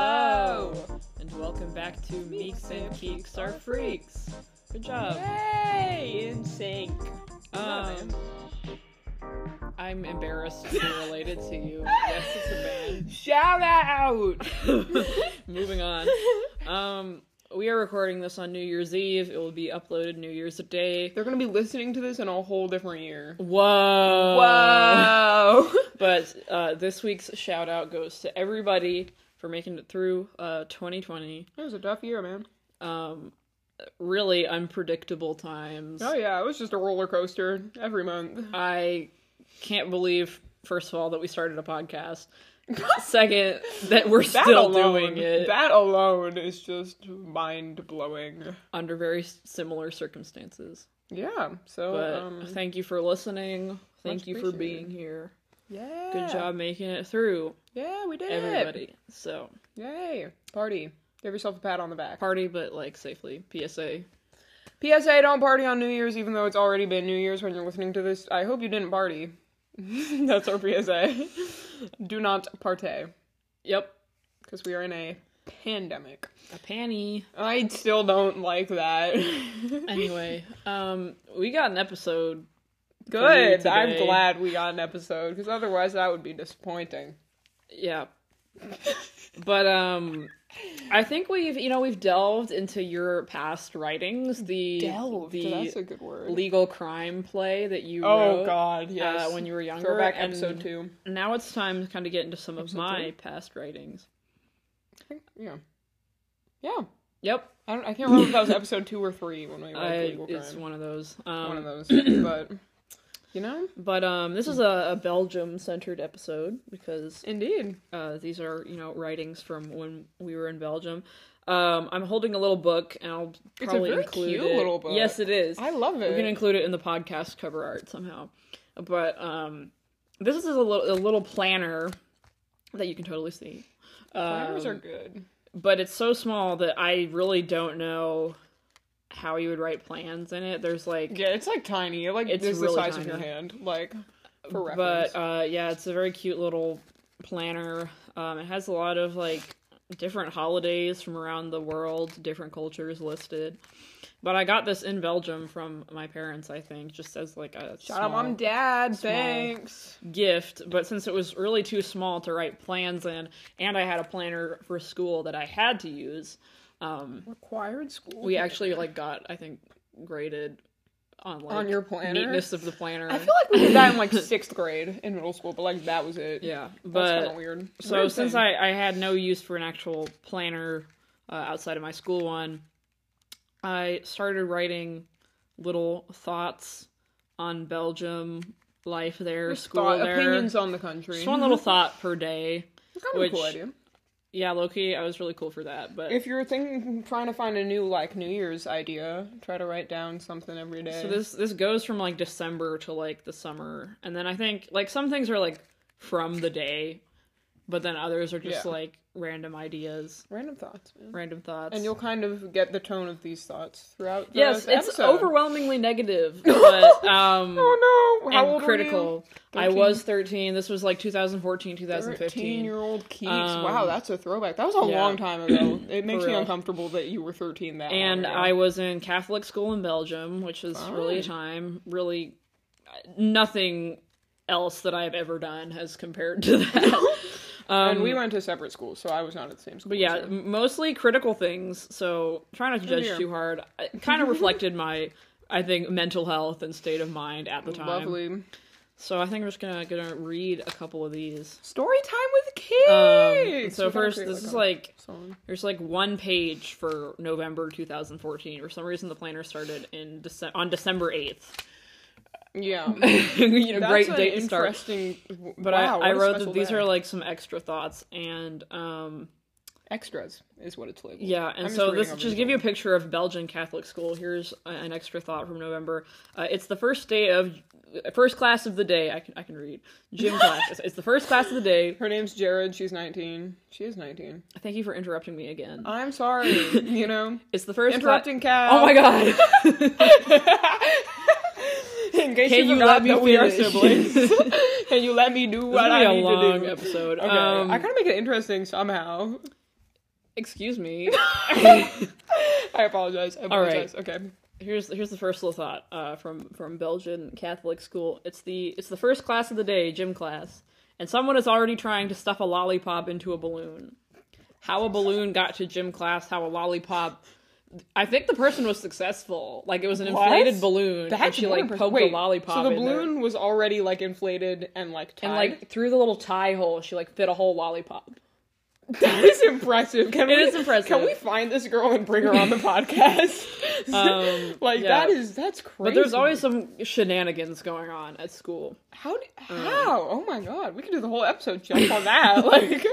And welcome back to Meeks Meeks and and Keeks Keeks Are Are Freaks. Good job. Yay! In sync. Um, I'm embarrassed to be related to you. Yes, it's Shout out! a band. Moving on. Um, we are recording this on New Year's Eve. It will be uploaded New Year's Day. They're gonna be listening to this in a whole different year. Whoa. Whoa! But uh, this week's shout out goes to everybody for making it through uh, 2020. it was a tough year, man. Um, really unpredictable times. Oh yeah, it was just a roller coaster every month. I can't believe, first of all, that we started a podcast. Second, that we're That still alone, doing it That alone is just mind blowing. under very s- similar circumstances. Yeah. So But um, thank you for listening. Thank much you for appreciated. being here. yeah. Good job making it through, Yeah, we did. everybody. So, Yay! Party. Give yourself a pat on the back. party, but like safely. PSA. PSA: Don't party on New Year's, even though it's already been New Year's when you're listening to this. I hope you didn't party. That's our PSA. Do not partay Yep. because we are in a pandemic. A panty. I still don't like that. Anyway, um, we got an episode. Good. I'm today. glad we got an episode because otherwise that would be disappointing. Yeah. But um I think we've you know, we've delved into your past writings, the That's a the good word. legal crime play that you oh wrote God, yes. uh, when you were younger. Throwback and episode two. Now it's time to kind of get into some of Episode my two? past writings. I think- Yeah. Yeah. Yep. I don't. I can't remember if that was episode two or three when we I, read legal crime. it's one of those. Um, one of those. but you know, But um, this is a, a Belgium-centered episode because indeed. uh, these are you know writings from when we were in Belgium. Um, I'm holding a little book, and I'll a probably very include cute it. little book. Yes, it is. I love it. We're gonna include it in the podcast cover art somehow. But um, this is a little a little planner that you can totally see. Planners Um, are good. but it's so small that I really don't know how you would write plans in it. There's like Yeah, it's like tiny. Like It's it's this is really the size of your tiny. hand. Like for reference. but uh, yeah, it's a very cute little planner. Um, it has a lot of like different holidays from around the world, different cultures listed. But I got this in Belgium from my parents, I think, just as like a Shout out, small mom, dad. small- Thanks. gift. But since it was really too small to write plans in, and I had a planner for school that I had to use, um, Required school. we actually like got I think graded on like on your planner. neatness of the planner. I feel like we did that in like sixth grade in middle school, but like that was it. yeah, That's but kind of weird. So Weird since thing. I, I had no use for an actual planner uh, outside of my school one, I started writing little thoughts on Belgium, life there, Just school thought- there. opinions on the country. Just one little thought per day. It's kind of which- a cool idea. Yeah, Loki, I was really cool for that. But If you're thinking, trying to find a new like New Year's idea, try to write down something every day. so this this goes from like December to like the summer, and then I think like some things are like from the day, but then others are just Yeah. like random ideas, random thoughts, man. random thoughts, and you'll kind of get the tone of these thoughts throughout. The Yes, it's episode. overwhelmingly negative, but um Oh no! How and old Were you? critical. I 13? was 13. This was like 2014, 2015. Thirteen-year-old Keeks. Um, wow, that's a throwback. That was a yeah. long time ago. It makes me real. uncomfortable that you were thirteen that. and long ago. I was in Catholic school in Belgium, which is really a Oh, Fine. time, really uh, nothing else that I've ever done has compared to that. um, and we went to separate schools, so I was not at the same school. but yeah, so- m- mostly critical things, so try not to judge here. Mm-hmm. too hard. It kind of reflected my I think mental health and state of mind at the time. lovely So I think I'm just gonna gonna read a couple of these. story time with Um, Keeks. so first, this is like Song. there's like one page for November 2014. For some reason, the planner started in Dece- on December 8th. Yeah, you know, That's great an date to start. interesting. But I, I wrote that these are like some extra thoughts, and um, Extras is what it's labeled. Yeah, and I'm just so reading this over just the give you a picture of Belgian Catholic school. Here's a- an extra thought from November. Uh, it's the first day of first class of the day. I can I can read gym class. It's, it's the first class of the day. Her name's Jared. She's 19. She is 19. Thank you for interrupting me again. I'm sorry. you know, It's the first cla- Uh, interrupting Cal. Oh my god! In case Can you, you forgot let me that we are finish? siblings, can you let me do This is what gonna be I a need long to do? episode. Okay, Um, I kind of make it interesting somehow. excuse me. I apologize. I right. apologize. Okay. Here's here's the first little thought uh, from from Belgian Catholic school. It's the it's the first class of the day, gym class, and someone is already trying to stuff a lollipop into a balloon. How a balloon got to gym class? How a lollipop? I think the person was successful. Like it was an What? inflated balloon, and That's she like more poked impressive. a lollipop. So the in there. balloon was already like inflated and like tied. and like through the little tie hole, she like fit a whole lollipop. that is impressive. Can It we, is impressive. Can we find this girl and bring her on the podcast? Um, like yeah. that is that's crazy. But there's always some shenanigans going on at school. how do, Um, how oh my god we could do the whole episode just on that like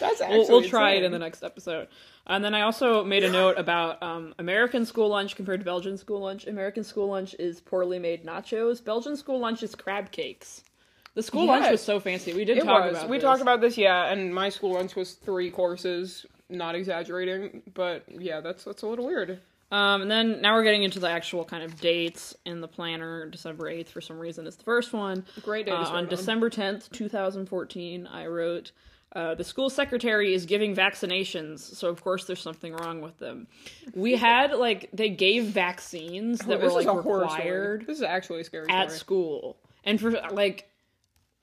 that's actually we'll, we'll try it insane. in the next episode. And then I also made a note about um, American school lunch compared to Belgian school lunch. American school lunch is poorly made nachos. Belgian school lunch is crab cakes. The school lunch Yes. was so fancy. We did It talk was. about. we this. talked about this, yeah. And my school lunch was three courses. Not exaggerating, but yeah, that's that's a little weird. Um, and then now we're getting into the actual kind of dates in the planner. December eighth, for some reason, is the first one. Great day Uh, to on start on. December 10th, 2014, I wrote, uh, The school secretary is giving vaccinations, so of course there's something wrong with them. We had, like, they gave vaccines that were, Oh, This is like, a horror story. required This is actually a scary at story. school. And for, like,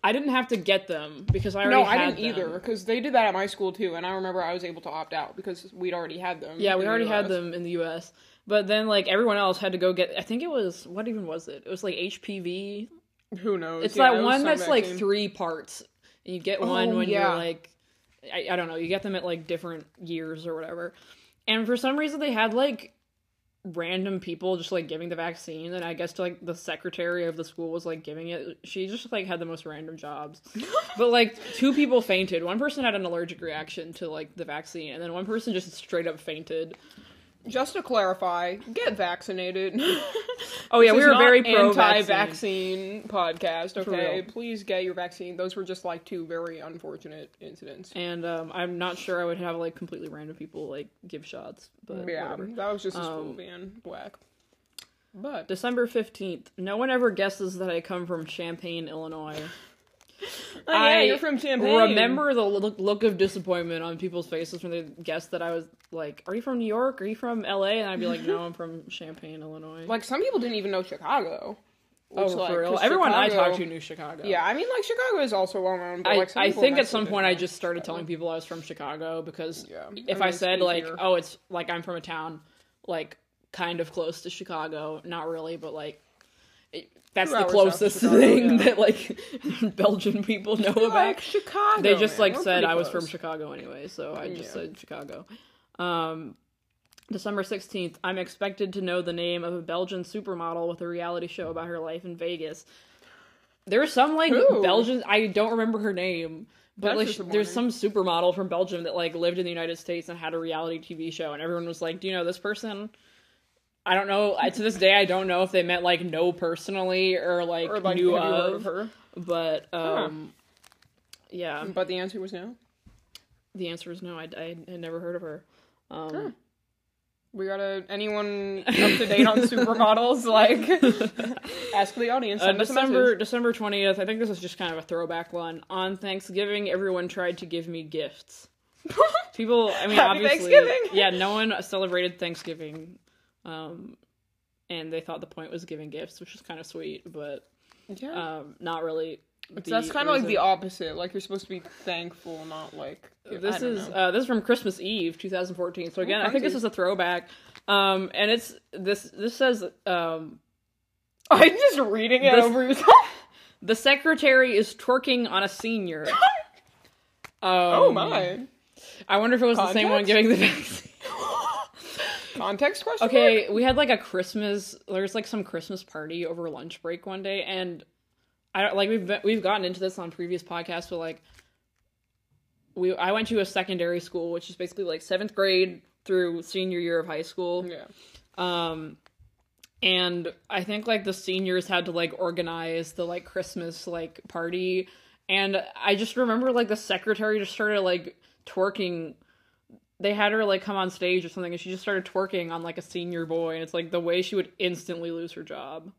I didn't have to get them because I already No, I had didn't either them. because they did that at my school too, and I remember I was able to opt out because we'd already had them. Yeah, we in already had US. them in the US. But then, like, everyone else had to go get, I think it was, what even was it? It was, like, HPV Who knows? It's Yeah, it that was one some that's like vaccine. three parts. And you get one Oh, when yeah. you're like, I, I don't know, you get them at like different years or whatever. And for some reason, they had like random people just like giving the vaccine. And I guess like the secretary of the school was like giving it. She just like had the most random jobs. but like two people fainted. One person had an allergic reaction to like the vaccine. And then one person just straight up fainted. Just to clarify, get vaccinated. Oh, yeah, we were very pro vaccine. anti-vaccine podcast. real. Okay, please get your vaccine. Those were just like two very unfortunate incidents. And um, I'm not sure I would have like completely random people like give shots, but Yeah, whatever. that was just a school Um, van whack. But December 15th. No one ever guesses that I come from Champaign, Illinois. I oh, from Remember the look, look of disappointment on people's faces when they guessed that I was like, Are you from New York? Are you from LA? And I'd be like, No, I'm from Champaign, Illinois. like some people didn't even know Chicago. oh, Which, like, for real? 'cause Everyone I Chicago- talked to knew Chicago. Yeah, I mean, like Chicago is also well known. But, I, like, some I people think at actually some didn't point know. I just started telling people I was from Chicago because Yeah, I if mean, I, it's said like, easier. oh, it's like I'm from a town like kind of close to Chicago, not really, but like it, that's Two the hours south of closest Chicago, thing yeah. that like Belgian people know about. like Chicago, they just man, like we're said pretty I was from close. Chicago anyway, so I just Yeah. said Chicago. Um, December 16th, I'm expected to know the name of a Belgian supermodel with a reality show about her life in Vegas. There's some like Who? Belgian, I don't remember her name, but That's like just sh- a there's some supermodel from Belgium that like lived in the United States and had a reality TV show, and everyone was like, Do you know this person? I don't know. I, to this day, I don't know if they meant like no personally or like, Or like, knew have you heard of, of her? but um, yeah. But the answer was no. The answer is no. I, I had never heard of her. Um, We got to anyone up to date on supermodels? Like, ask the audience. uh, Send us a December message. December twentieth. I think this is just kind of a throwback one. On Thanksgiving, everyone tried to give me gifts. People, I mean, Happy obviously, Thanksgiving! yeah, no one celebrated Thanksgiving, um, and they thought the point was giving gifts, which is kind of sweet, but yeah. um, not really. So that's the kind of like the reason. opposite. Like you're supposed to be thankful, not like give- I This don't is know. uh, this is from Christmas Eve, 2014. So again, I think this crazy. is a throwback, um, and it's this. This says um, I'm just reading it this- over yourself. The secretary is twerking on a senior. Um, oh my! I wonder if it was the same one Context? giving the vaccine. Context question. mark? Okay, we had like a Christmas. There was like some Christmas party over lunch break one day, and I don't like we've been, we've gotten into this on previous podcasts, but like we I went to a secondary school, which is basically like seventh grade through senior year of high school. Yeah. Um, and I think like the seniors had to like organize the like Christmas like party, and I just remember like the secretary just started like twerking. They had her like come on stage or something, and she just started twerking on like a senior boy, and it's like the way she would instantly lose her job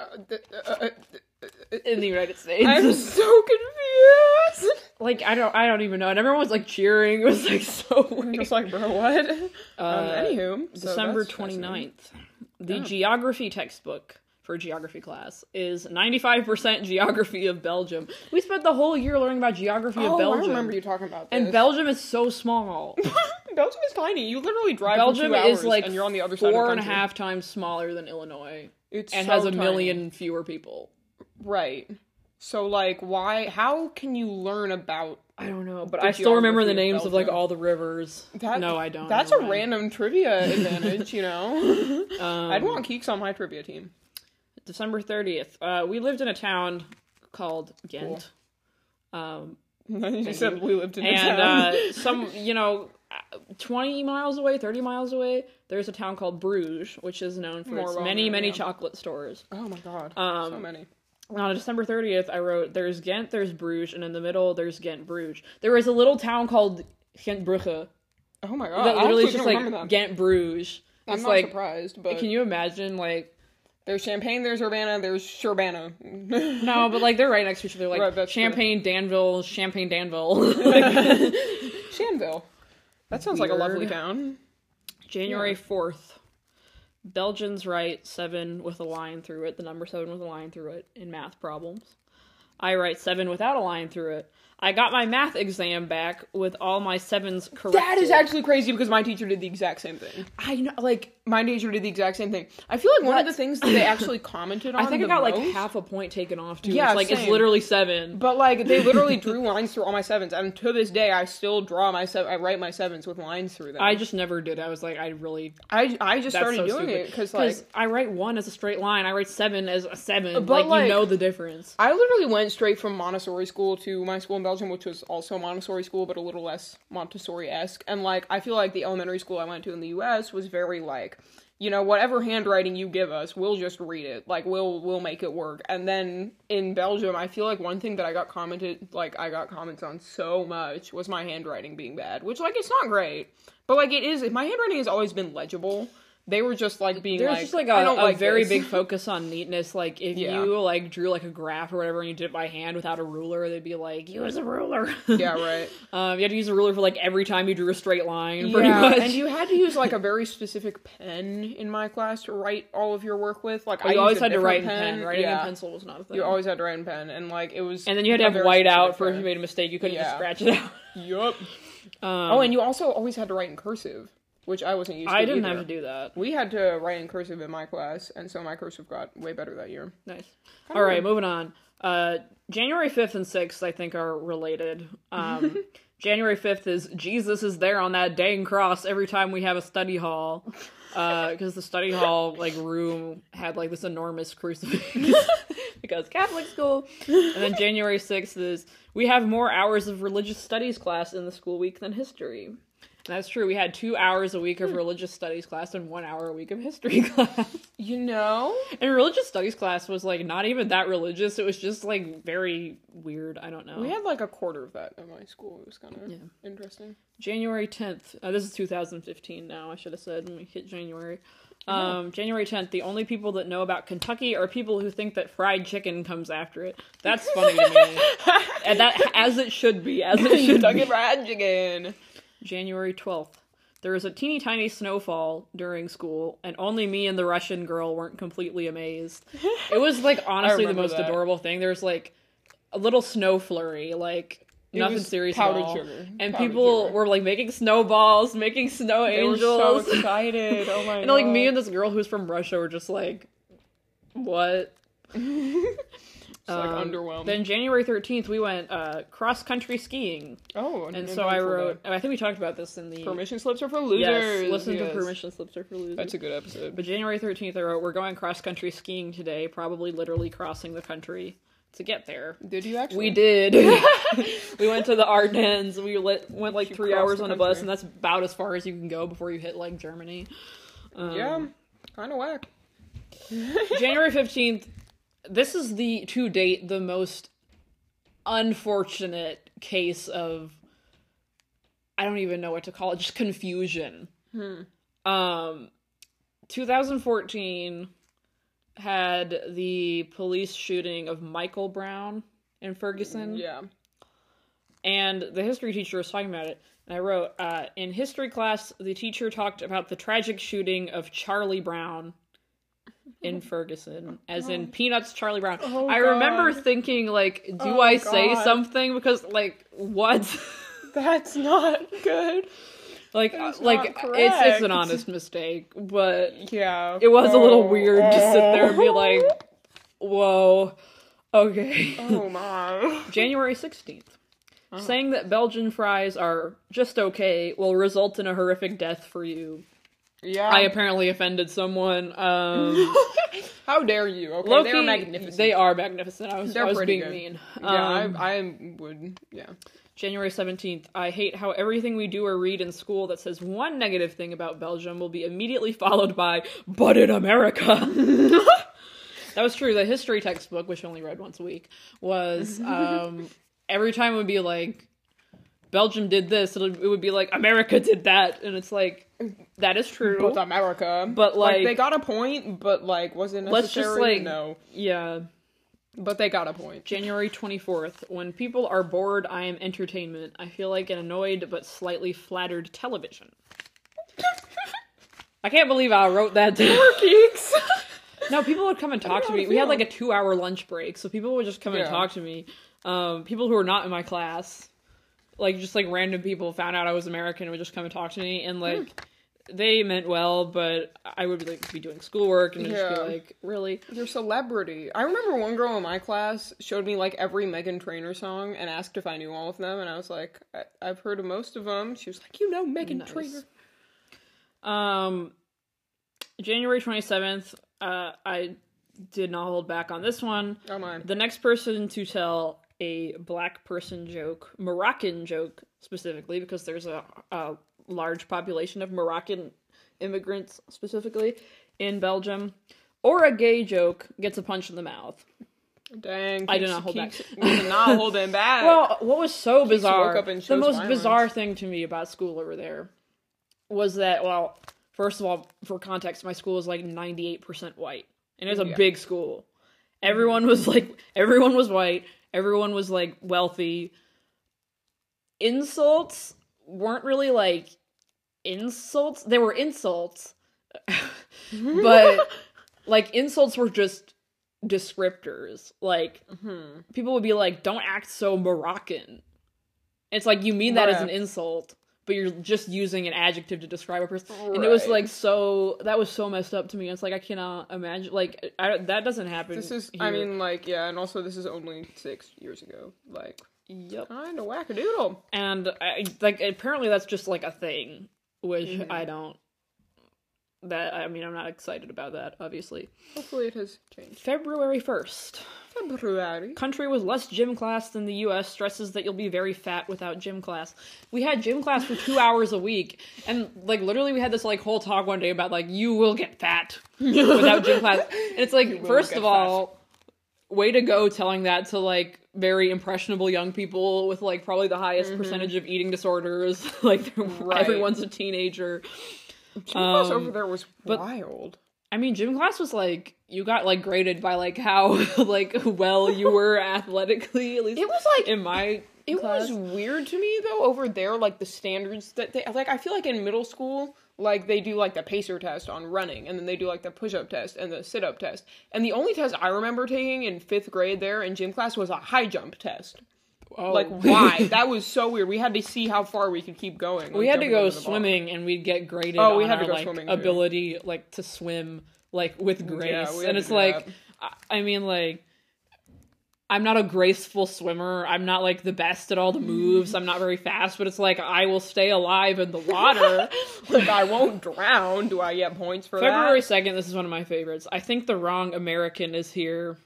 Uh, th- uh, uh, th- in the United States. I'm so confused. like I don't, I don't even know. And everyone was like cheering. It was like so I'm weird. just like, bro, what? Um, Uh, anywho, so December Oh, that's fascinating. 29th. The Oh. geography textbook for geography class is 95% geography of Belgium. We spent the whole year learning about geography Oh, of Belgium. I remember you talking about this. and Belgium is so small. Belgium is tiny. You literally drive for Belgium two is hours like and you're on the other side of four the and a country. half times smaller than Illinois It's and so has a tiny. million fewer people. Right. So like, why? How can you learn about I don't know, but The I still remember the geography of names of like Belgium. all the rivers. that? no, I don't. That's never a mind. random trivia advantage, you know. Um, I'd want Keeks on my trivia team. December 30th. Uh, we lived in a town called Ghent. Um, you said we lived in a town. and uh, some you know uh, 20 miles away 30 miles away there's a town called bruges which is known for More its well many known, many yeah. chocolate stores oh my god, so um, many. on december 30th i wrote there's ghent there's bruges and in the middle there's ghent bruges there is a little town called gentbrugge Oh my god, that I actually literally is just don't like remember that. ghent bruges I'm it's not like surprised, but can you imagine like there's Champagne, there's Urbana, there's Sherbana. no but like they're right next to each other like Right, that's true. champagne danville champagne danville Shanville. That sounds like a lovely Weird. town. January Yeah. 4th. Belgians write 7 with a line through it, the number 7 with a line through it in math problems. I write 7 without a line through it. I got my math exam back with all my 7s correct. That is actually crazy because my teacher did the exact same thing. I know like My teacher did the exact same thing. I feel like one of What? the things that they actually commented on. I think I the got like most- half a point taken off too. Yeah, it's like it's same. literally 7. But like they literally drew lines through all my sevens, and to this day I still draw my sev I write my sevens with lines through them. I just never did. I was like I really I, I just that's started so doing stupid. it because like I write 1 as a straight line. I write 7 as a 7. But, Like, like- you know the difference. I literally went straight from Montessori school to my school in Belgium, which was also a Montessori school, but a little less Montessori esque. And like, I feel like the elementary school I went to in the U.S. was very like, you know, whatever handwriting you give us, we'll just read it. Like, we'll we'll make it work. And then in Belgium, I feel like one thing that I got commented, like I got comments on so much, was my handwriting being bad, which like it's not great, but like it is. My handwriting has always been legible. They were just like being There's like, just like a, I don't a like very this." big focus on neatness. Like if Yeah. you like drew like a graph or whatever and you did it by hand without a ruler, they'd be like, use a ruler. yeah right. Um, you had to use a ruler for like every time you drew a straight line, pretty much. And you had to use like a very specific pen in my class to write all of your work with. Like I But you always used a had to write different in pen. Writing in pencil was not a thing. You always had to write in pen, and like it was. and then you had to a have very white out for specific if you made a mistake. You couldn't just Yeah. scratch it out. pen. Yup. oh, and you also always had to write in cursive, which I wasn't used to. Um, I didn't either. have to do that. We had to write in cursive in my class, and so my cursive got way better that year. Nice. All right, moving on. Uh, January 5th and 6th, I think, are related. Um, January 5th is Jesus is there on that dang cross every time we have a study hall. Because the study hall, like, room had, like, this enormous crucifix. because Catholic school. And then January 6th is we have more hours of religious studies class in the school week than history. And that's true. We had two hours a week of religious studies class and one hour a week of history class. You know, And religious studies class was like not even that religious. It was just like very weird. I don't know. we had like a quarter of that in my school. It was kind of Yeah. interesting. January 10th. Uh, this is 2015 now. I should have said when we hit January. Um, January 10th. The only people that know about Kentucky are people who think that fried chicken comes after it. That's funny to me. And that as it should be. As it should Kentucky be. Fried Chicken. January 12th. There was a teeny tiny snowfall during school, and only me and the Russian girl weren't completely amazed. It was like honestly the remember most that. adorable thing. There's like a little snow flurry, like It nothing was serious at powdered all. sugar. And Powdered people sugar. were like making snowballs, making snow angels. so excited. Oh my and like me and this girl who's from Russia were just like, what? It's like Um, underwhelmed. Then January 13th, we went uh, cross country skiing. oh, And so I wrote, I think we talked about this in the permission slips are for losers. Yes, listen Yes. to permission slips are for losers. That's a good episode. but January 13th, I wrote, We're going cross country skiing today, probably literally crossing the country. to get there. Did you actually? We did. we went to the Ardennes. We lit, went like You three crossed hours the on a bus, country. and that's about as far as you can go before you hit like Germany. Um, Yeah, kind of whack. January 15th, this is the to date the most unfortunate case of I don't even know what to call it, just confusion. Um 2014 had the police shooting of Michael Brown in Ferguson. Yeah. And the history teacher was talking about it, and I wrote, uh, in history class, the teacher talked about the tragic shooting of Charlie Brown in Ferguson, as in Peanuts Charlie Brown. Oh, I remember God. thinking, like, do Oh, I say God. something? Because, like, what? That's not good. like, uh, That's like not it's it's correct. an honest mistake, but Yeah. it was a Oh, little weird to sit there and be oh. like, whoa, okay. oh my. January 16th. Oh. Saying that Belgian fries are just okay will result in a horrific death for you. Yeah. I apparently offended someone. Um, How dare you? Okay, Loki, they are magnificent. They are magnificent. I was, They're I was pretty being good. mean. yeah, Um, I, I would. Yeah. January 17th. I hate how everything we do or read in school that says one negative thing about Belgium will be immediately followed by, but in America. that was true. The history textbook, which I only read once a week, was um, every time it would be like, Belgium did this, it'll- it would be like, America did that. And it's like, that is true. But America. But, like- they got a point, but like, was it necessary? Let's just, like- no. yeah. But they got a point. January 24th. When people are bored, I am entertainment. I feel like an annoyed but slightly flattered television. I can't believe I wrote that down. Geeks. No, people would come and talk to how me. to We had feel. like a two hour lunch break, so people would just come Yeah. and talk to me. Um, people who were not in my class, like just like random people, found out I was American and would just come and talk to me. And like Hmm. they meant well, but I would be like be doing schoolwork and just Yeah. be like, really? Your celebrity. I remember one girl in my class showed me like every Megan Trainor song and asked if I knew all of them, and I was like, I- I've heard of most of them. She was like, You know Megan Nice. Trainor. Um, January 27th, uh, I did not hold back on this one. Oh my. The next person to tell a black person joke, Moroccan joke specifically, because there's a, a large population of Moroccan immigrants specifically in Belgium, or a gay joke gets a punch in the mouth. Dang. I did keeps- not hold keeps- back. We did not hold them back. Well, what was so bizarre, woke up and the chose most violence. bizarre thing to me about school over there was that, well, first of all, for context, my school is like 98% white, and it's a Yeah. big school. Everyone was like, everyone was white, everyone was like wealthy. Insults weren't really like insults, they were insults, Mm-hmm. but like insults were just descriptors. Like, Mhm. people would be like, "Don't act so Moroccan." It's like you mean that as an Right. insult, but you're just using an adjective to describe a person, and it was Right. like so that was so messed up to me. It's like I cannot imagine like I, don't- that doesn't happen. This is, I here. mean, like, yeah, and also this is only six years ago. Like, yep. kind of wackadoodle. And I, like apparently that's just like a thing, which Mhm. I don't. That I mean, I'm not excited about that. Obviously, Hopefully it has changed. February first. February. Country with less gym class than the US stresses that you'll be very fat without gym class. We had gym class for two hours a week, and like literally, we had this like whole talk one day about like you will get fat without gym class, and it's like will first get of all, way to go telling that to like very impressionable young people with like probably the highest percentage of eating disorders. like they're- Mm-hmm. Right. everyone's a teenager. Gym class Um, over there was but- wild. I mean, gym class was like you got like graded by like how like well you were athletically. At least It was, like, in my It class. was weird to me though over there, like the standards that they like. I feel like in middle school, like they do like the pacer test on running, and then they do like the push up test and the sit up test. And the only test I remember taking in fifth grade there in gym class was a high jump test. Oh. Like why? that was so weird. We had to see how far we could keep going. we like, had to jumping go over the bar. swimming and we'd get graded Oh, we on had to our, go like, swimming, too. ability like to swim like with grace. we had and to it's do like that. I, I mean like I'm not a graceful swimmer. I'm not like the best at all the moves. I'm not very fast, but it's like I will stay alive in the water. like I won't drown. Do I get points for February that? 2nd, this is one of my favorites. I think the wrong American is here.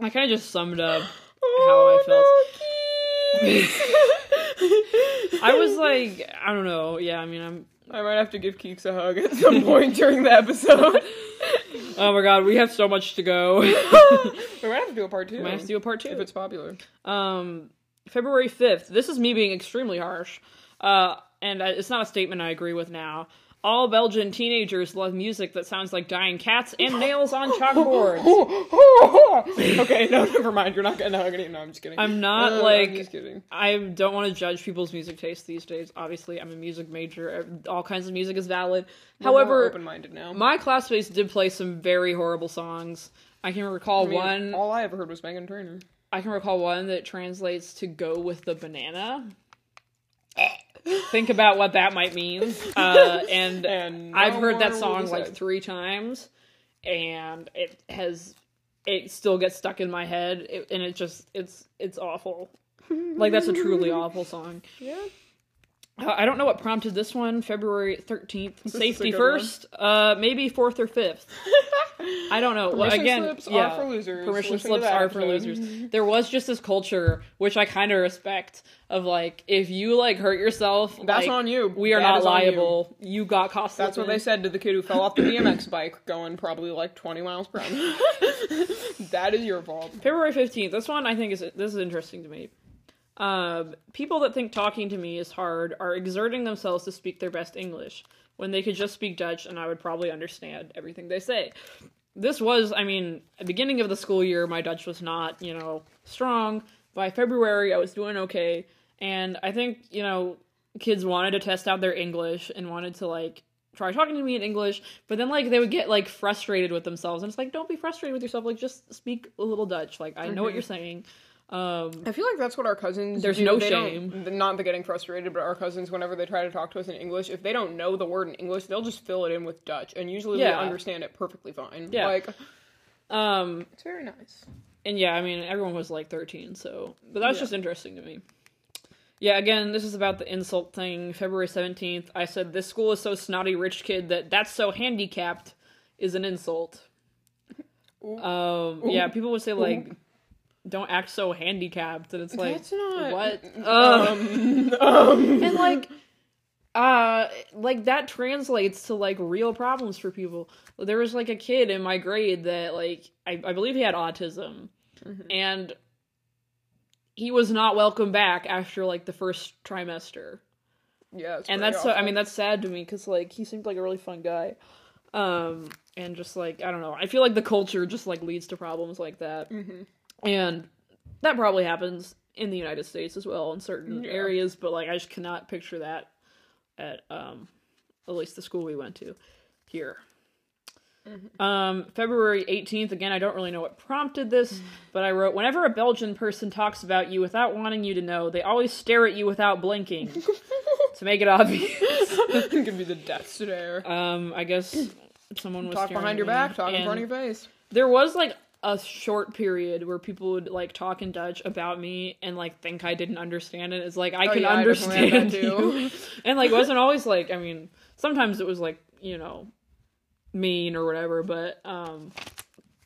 I kind of just summed up. Oh, How no, Keeks. I was like, I don't know. Yeah, I mean, I'm. I might have to give Keeks a hug at some point during the episode. Oh my god, we have so much to go. we might have to do a part two. Might have to do a part if two. it's popular. Um, February fifth. This is me being extremely harsh. Uh, and I, it's not a statement I agree with now. All Belgian teenagers love music that sounds like dying cats and nails on chalkboards. okay, no, never mind. You're not gonna hug anyone. No, I'm just kidding. I'm not, Uh, like- I'm just kidding. I don't want to judge people's music taste these days. Obviously, I'm a music major. All kinds of music is valid. However, open minded now. my classmates did play some very horrible songs. I can recall I mean, one. All I ever heard was Megan Trainor. I can recall one that translates to "go with the banana." Think about what that might mean. Uh, and And I've no heard that one song was like sad. three times, and it has, it still gets stuck in my head, it, and it just it's it's awful. Like that's a truly awful song. yeah. Uh, I don't know what prompted this one. February thirteenth, is a safety good one. first. Uh, maybe fourth or fifth. I don't know. Well, Permission again, slips yeah, are for losers. Listen Permission to slips that are for episode. losers. There was just this culture, which I kind of respect, of like if you like hurt yourself, That's like, on you. We are That not is on you. liable. You. got caught. That's what slipping. they said to the kid who fell off the BMX bike, going probably like 20 miles per hour. that is your fault. February fifteenth. This one I think is this is interesting to me. Um, people that think talking to me is hard are exerting themselves to speak their best English when they could just speak Dutch, and I would probably understand everything they say. This was, I mean, at the beginning of the school year, my Dutch was not, you know, strong. By February, I was doing okay, and I think you know, kids wanted to test out their English and wanted to like try talking to me in English, but then like they would get like frustrated with themselves, and it's like, don't be frustrated with yourself. Like just speak a little Dutch. Like I know what you're saying. Um, I feel like that's what our cousins. There's do. no They don't- shame. th- Not the getting frustrated, but our cousins, whenever they try to talk to us in English, if they don't know the word in English, they'll just fill it in with Dutch, and usually Yeah. we understand it perfectly fine. Yeah. like um, it's very nice. and yeah, I mean, everyone was like 13, so. But that's just interesting to me. Yeah, again, this is about the insult thing. February 17th, I said, This school is so snotty, rich kid that that's so handicapped is an insult. Ooh. Um, yeah, people would say, like, don't act so handicapped. And it's like, That's not- what? Ugh. Um, um, and like uh like that translates to like real problems for people there was like a kid in my grade that like i, I believe he had autism and he was not welcome back after like the first trimester yeah, it's and pretty that's so i awful. mean that's sad to me because like he seemed like a really fun guy um and just like i don't know i feel like the culture just like leads to problems like that Mm-hmm. and that probably happens in the united states as well in certain Yeah. areas but like i just cannot picture that at um at least the school we went to here Mm-hmm. um, February 18th, again, I don't really know what prompted this, but I wrote, whenever a Belgian person talks about you without wanting you to know, they always stare at you without blinking. to make it obvious. give you the death stare. Um, I guess someone was talk staring behind your at me, back, talk in and front of your face. There was like a short period where people would like talk in Dutch about me and like think I didn't understand it. It's like I Oh, can yeah, I definitely had understand that you, and like it wasn't always like I mean sometimes it was like you know mean or whatever, but um.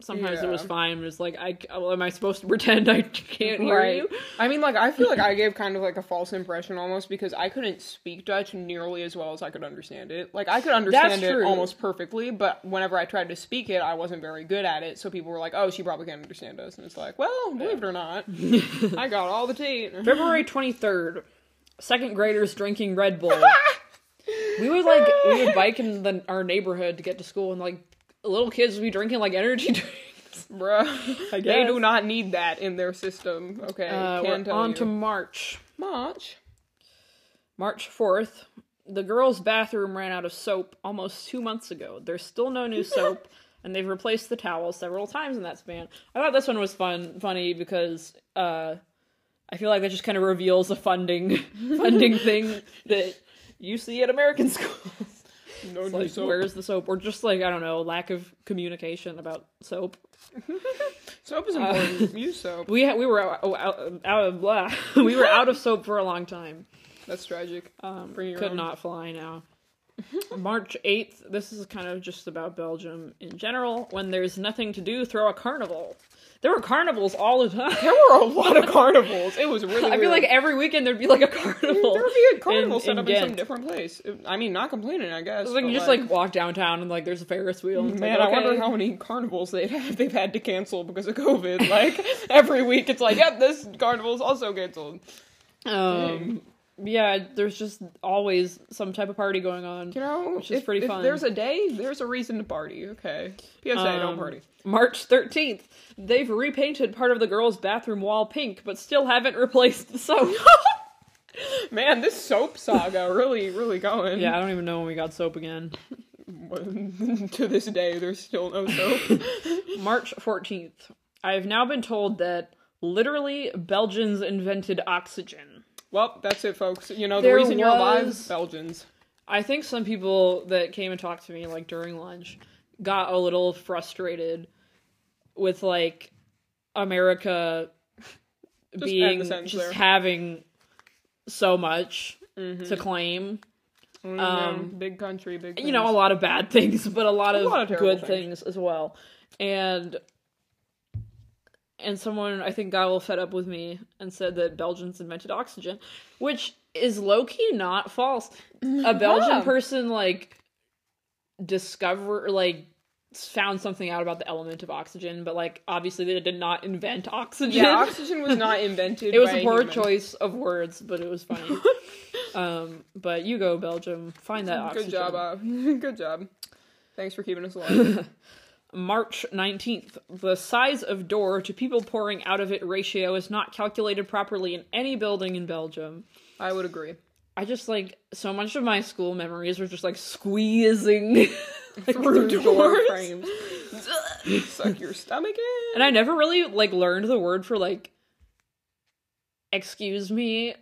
Sometimes it was Yeah. fine. It was like, I well, am I supposed to pretend I can't hear Right. you? I mean, like, I feel like I gave kind of like a false impression almost because I couldn't speak Dutch nearly as well as I could understand it. Like, I could understand it true. almost perfectly, but whenever I tried to speak it, I wasn't very good at it. So people were like, oh, she probably can't understand us. And it's like, well, believe it or not, I got all the tea. February 23rd, second graders drinking Red Bull. we would like we would bike in the, our neighborhood to get to school, and like little kids would be drinking like energy drinks. Bruh. They guess. do not need that in their system. Okay. Uh, can we're tell on you. to March, March. March 4th. The girls' bathroom ran out of soap almost two months ago. There's still no new soap, and they've replaced the towel several times in that span. I thought this one was fun, funny because uh, I feel like that just kind of reveals a funding funding thing that you see at American schools. No It's like, new soap. where's the soap? Or just like, I don't know, lack of communication about soap. Soap uh, is important. Use soap. We ha- we were out, out, out of blah. we were out of soap for a long time. That's tragic. Um, Bring your could own. not fly now. March 8th, this is kind of just about Belgium in general. When there's nothing to do, throw a carnival. There were carnivals all the time. There were a lot of carnivals. It was really. I feel weird. like every weekend there'd be like a carnival. there would be a carnival in- set in up in some Ghent. different place. I mean, not complaining, I guess. It's like but, you just like walk downtown and like there's a Ferris wheel. and it's Man, like, I wonder okay. how many carnivals they've had, they've had to cancel because of COVID. Like every week, it's like, yep, this carnival's also canceled. Um, yeah, there's just always some type of party going on. You know, Which is if- pretty if fun. There's a day, there's a reason to party. Okay, PSA, don't Um, party. March 13th, they've repainted part of the girls' bathroom wall pink, but still haven't replaced the soap. Man, this soap saga really, really going. yeah, I don't even know when we got soap again. to this day, there's still no soap. March 14th, I have now been told that literally Belgians invented oxygen. well, that's it, folks. You know, the There reason you're alive, was- Belgians. I think some people that came and talked to me like during lunch got a little frustrated with like America the being sentence just there. having so much to Mm-hmm. claim. Um, Um, big country, big. You know, a lot of bad things, but a lot of, lot of terrible good things. things as well. And and someone I think got a little fed up with me and said that Belgians invented oxygen, which is low key not false. A Belgian Yeah. person like discover like found something out about the element of oxygen, but like obviously they did not invent oxygen. Yeah, oxygen was not invented. it was by a poor human. choice of words, but it was funny. um, but you go Belgium, find that oxygen. Good job, Bob. Good job. Thanks for keeping us alive. March 19th. The size of door to people pouring out of it ratio is not calculated properly in any building in Belgium. I would agree. I just like so much of my school memories were just like squeezing like, Through door doors. frames. Suck your stomach in. And I never really like learned the word for like excuse me,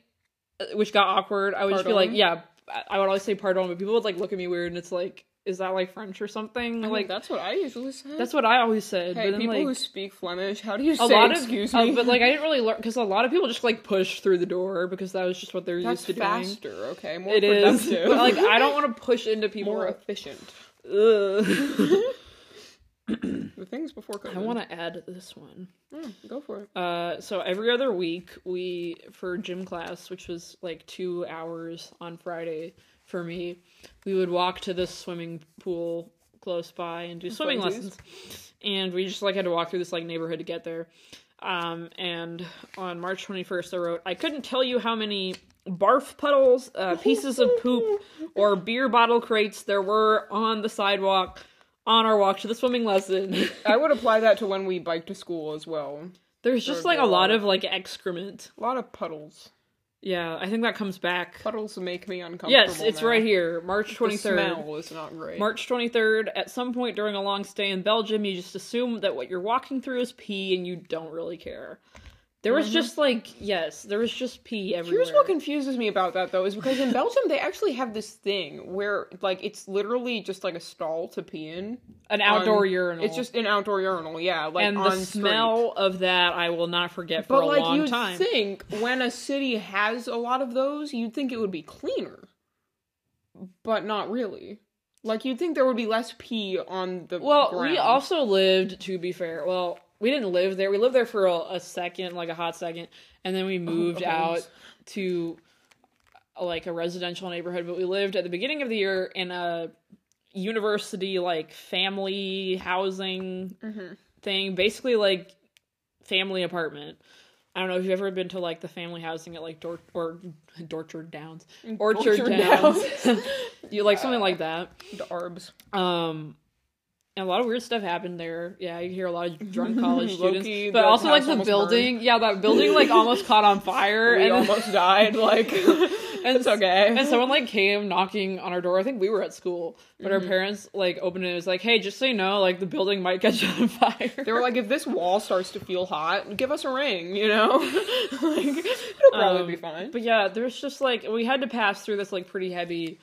uh, which got awkward. I would just be like, Pardon? yeah, I- I would always say pardon, but people would like look at me weird and it's like, is that like French or something? Like Like that's what I usually say. that's what I always said. hey, but then, people like, who speak Flemish. How do you a say lot of excuse uh, me? but like I didn't really learn because a lot of people just like push through the door because that was just what they're that's used to doing. faster. Okay, more It is productive. But, like I don't want to push into people. more efficient. Ugh. The things before COVID. Mm, I want to add this one. go for it. Uh, so every other week we for gym class, which was like two hours on Friday for me, we would walk to this swimming pool close by and do swimming Funsies. lessons. And we just like had to walk through this like neighborhood to get there. Um, and on March 21st, I wrote, I couldn't tell you how many barf puddles, uh, pieces of poop, or beer bottle crates there were on the sidewalk on our walk to the swimming lesson. I would apply that to when we bike to school as well. There's just like a lot of like excrement. A lot of puddles. Yeah, I think that comes back. Puddles make me uncomfortable. Yes, it's now. right here, March The 23rd. smell is not great. March 23rd, at some point during a long stay in Belgium, you just assume that what you're walking through is pee and you don't really care. There Mm-hmm. was just like, yes, there was just pee everywhere. Here's what confuses me about that though is because in Belgium they actually have this thing where like it's literally just like a stall to pee in. An outdoor on- urinal. It's just an outdoor urinal, yeah. Like and the on street. smell of that I will not forget for But a like long you'd time. think when a city has a lot of those, you'd think it would be cleaner. But not really. Like you'd think there would be less pee on the Well, ground. we also lived, to be fair. Well, we didn't live there. We lived there for a, a second, like a hot second, and then we moved okay. out to uh, like a residential neighborhood. But we lived at the beginning of the year in a university, like family housing Mm-hmm. thing, basically like family apartment. I don't know if you've ever been to like the family housing at like Dor- or Dorchard Downs, Orchard Dorchard Downs, you like something like that. the arbs. Um, and a lot of weird stuff happened there. Yeah, you hear a lot of drunk college students, Low-key, but the also like house the almost building. Yeah, that building like almost caught on fire, We and almost died, like and it's okay. And someone like came knocking on our door. I think we were at school, but our parents like opened it. and was like, "Hey, just so you know, like the building might catch on fire." They were like, if this wall starts to feel hot, give us a ring, you know? like, it'll probably Um, be fine. But yeah, there's just like we had to pass through this like pretty heavy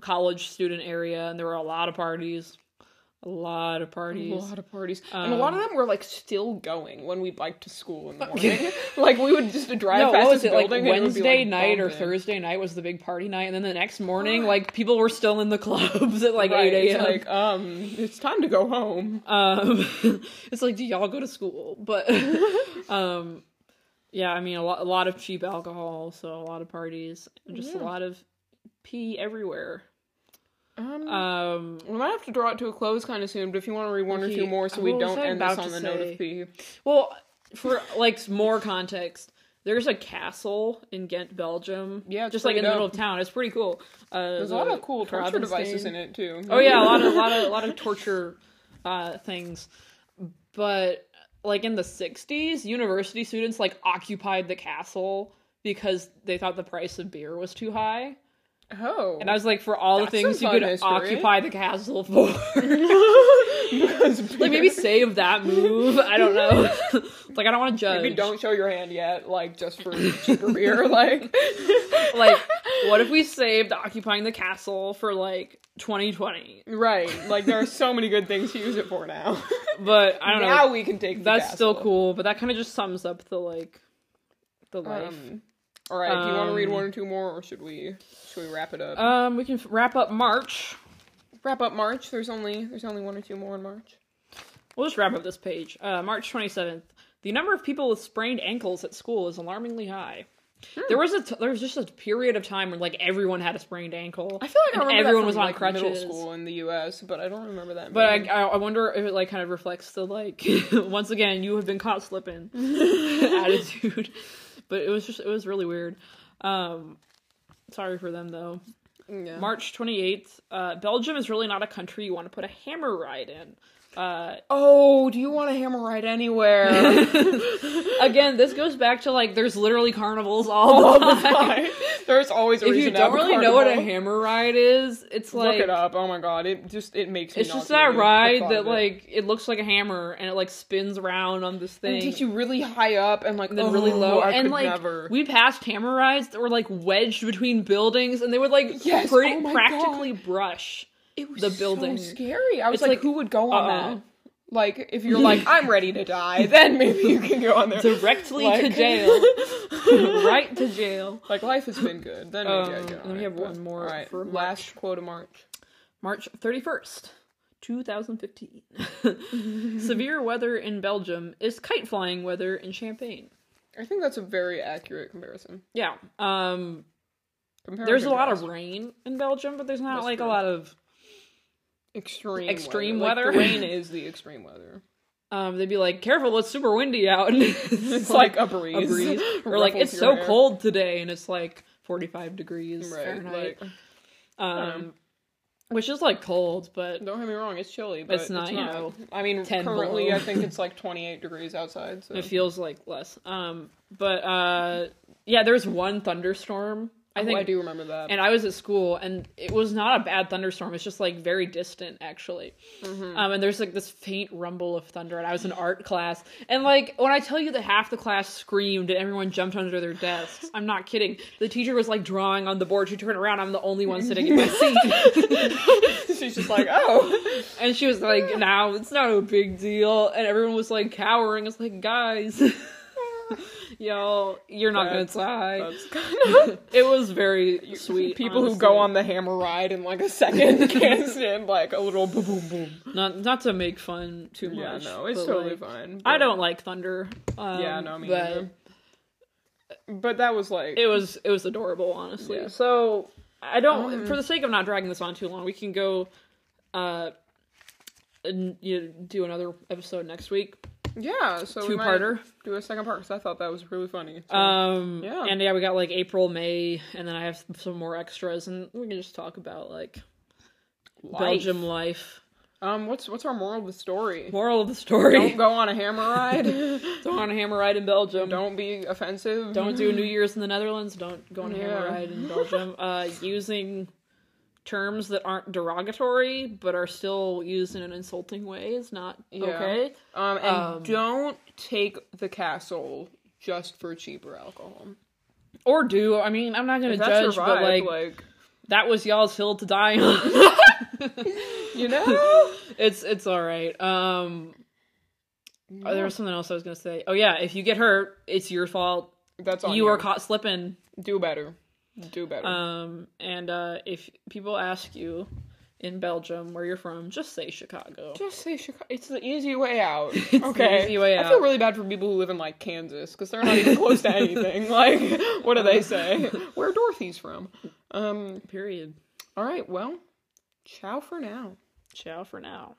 college student area, and there were a lot of parties. A lot of parties. A lot of parties, and a lot of Um, them were like still going when we biked to school in the morning. like we would just drive no, past what was this it like building and it would be, Wednesday like, night or bumping. Thursday night was the big party night, and then the next morning, like people were still in the clubs at like Right, eight it's a.m. Like um, it's time to go home. um it's like do y'all go to school but um yeah i mean a lot, a lot of cheap alcohol so a lot of parties and just Yeah. a lot of pee everywhere Um, um we might have to draw it to a close kind of soon, but if you want to read one or Okay, two more, so we what was don't I end this about on to the note say? of P. well for like more context there's a castle in Ghent, Belgium. Yeah, it's just like pretty in the middle of dope. town. It's pretty cool. Uh, There's a lot of cool torture devices in it too. Oh yeah, a lot of a lot of a lot of torture uh, things. But like in the '60s, university students like occupied the castle because they thought the price of beer was too high. Oh, And I was like, for all the That's things some you fun could history. occupy the castle for, because like maybe save that move. I don't know. like I don't want to judge. maybe don't show your hand yet, like just for cheaper beer, like. Like, what if we saved occupying the castle for like 2020? Right, like there are so many good things to use it for now. But I don't know. now we can take. The That's still castle. cool. But that kind of just sums up the like, the life. Um, all right, do you want to read Um, one or two more, or should we should we wrap it up? Um, we can f- wrap up March. wrap up March. There's only there's only one or two more in March. We'll just wrap up this page. Uh, March 27th. The number of people with sprained ankles at school is alarmingly high. Hmm. There was a t- there was just a period of time when like everyone had a sprained ankle. I feel like And I remember everyone that was from, on like, middle crutches. school in the U.S., but I don't remember that. in But I, Britain. I I wonder if it like kind of reflects the like once again you have been caught slipping attitude. But it was just it was really weird. Um, sorry for them though. yeah. March 28th. Uh, Belgium is really not a country you want to put a hammer ride in. Uh, oh, do you want a hammer ride anywhere? Again, this goes back to like there's literally carnivals all, the time. Why? Oh There's always a If you reason. to have don't a really know what a carnival. hammer ride is, it's like look it up. Oh my god, it just it makes me. it's nauseated just that the ride thought that of it. like it looks like a hammer and it like spins around on this It thing. takes you really high up and like and then really oh, low, I and could like never. we passed hammer rides that were like wedged between buildings, and they would like Yes, pretty- oh my practically brush. It was the building. so scary. I was It's like, like, who would go on uh-uh. that? Like, if you're like, I'm ready to die, then maybe you can go on there. Directly to Like- jail. right to jail. Like, life has been good. Then maybe I Um, go. and on we it, have but- one more Alright, for last quote of March. March 31st, 2015. Severe weather in Belgium is kite flying weather in Champagne. I think that's a very accurate comparison. Yeah. Um Compare there's and a lot of contrast. rain in Belgium, but there's not That's like true. a lot of extreme extreme weather. Like, weather. the rain is the extreme weather. um they'd be like, "Careful, it's super windy out." and it's, It's like, a breeze. a breeze. or like, Ruffles "It's your so hair. cold today." And it's like 45 degrees Right. Fahrenheit. Like, um which is like cold, but don't get me wrong, it's chilly, but It's not, you know, I mean, 10 currently below. I think it's like 28 degrees outside. So It feels like less. Um but uh yeah, there's one thunderstorm. I Oh, think I do remember that. and I was at school, and it was not a bad thunderstorm. It's just like very distant, actually. Mm-hmm. Um, and there's like this faint rumble of thunder. And I was in art class, and like when I tell you that half the class screamed and everyone jumped under their desks, I'm not kidding. The teacher was like drawing on the board. She turned around. I'm the only one sitting in my seat, She's just like, oh, and she was like, "Now it's not a big deal." And everyone was like cowering. It's like, guys. Y'all, you're not That's- gonna die. that's kind of It was very sweet. people who go honestly. on the hammer ride in like a second can't stand like a little boom boom boom. Not not to make fun too much. Yeah, no, it's but, totally like, fine. I but- don't like thunder. Um, Yeah, no, me but neither. But that was like it was it was adorable, honestly. Yeah. So I don't, Um, for the sake of not dragging this on too long, we can go, uh, and you know, do another episode next week, yeah. So we two might parter. do a second part because I thought that was really funny. So, Um, Yeah. and yeah, we got like April, May, and then I have some more extras, and we can just talk about like life. Belgium life. Um, what's what's our moral of the story? Moral of the story: Don't go on a hammer ride. Don't go on a hammer ride in Belgium. don't be offensive. Don't do New Year's in the Netherlands. Don't go on a Yeah. hammer ride in Belgium. Uh, using terms that aren't derogatory but are still used in an insulting way is not Yeah. okay. Um, and um, don't take the castle just for cheaper alcohol. Or do. I mean, I'm not going to If that's judge, your but vibe, like, like that was y'all's hill to die on. you know? it's it's all right. Um, oh, there was something else I was gonna say. Oh yeah, if you get hurt, it's your fault. That's on You are caught slipping. Do better. Do better. Um, and uh, if people ask you in Belgium where you're from, just say Chicago. Just say Chicago. It's the easy way out. the okay. easy way I feel out. really bad for people who live in like Kansas because they're not even close to anything. Like, what do they say? Where Dorothy's from? Um. Period. All right. Well, ciao for now. Ciao for now.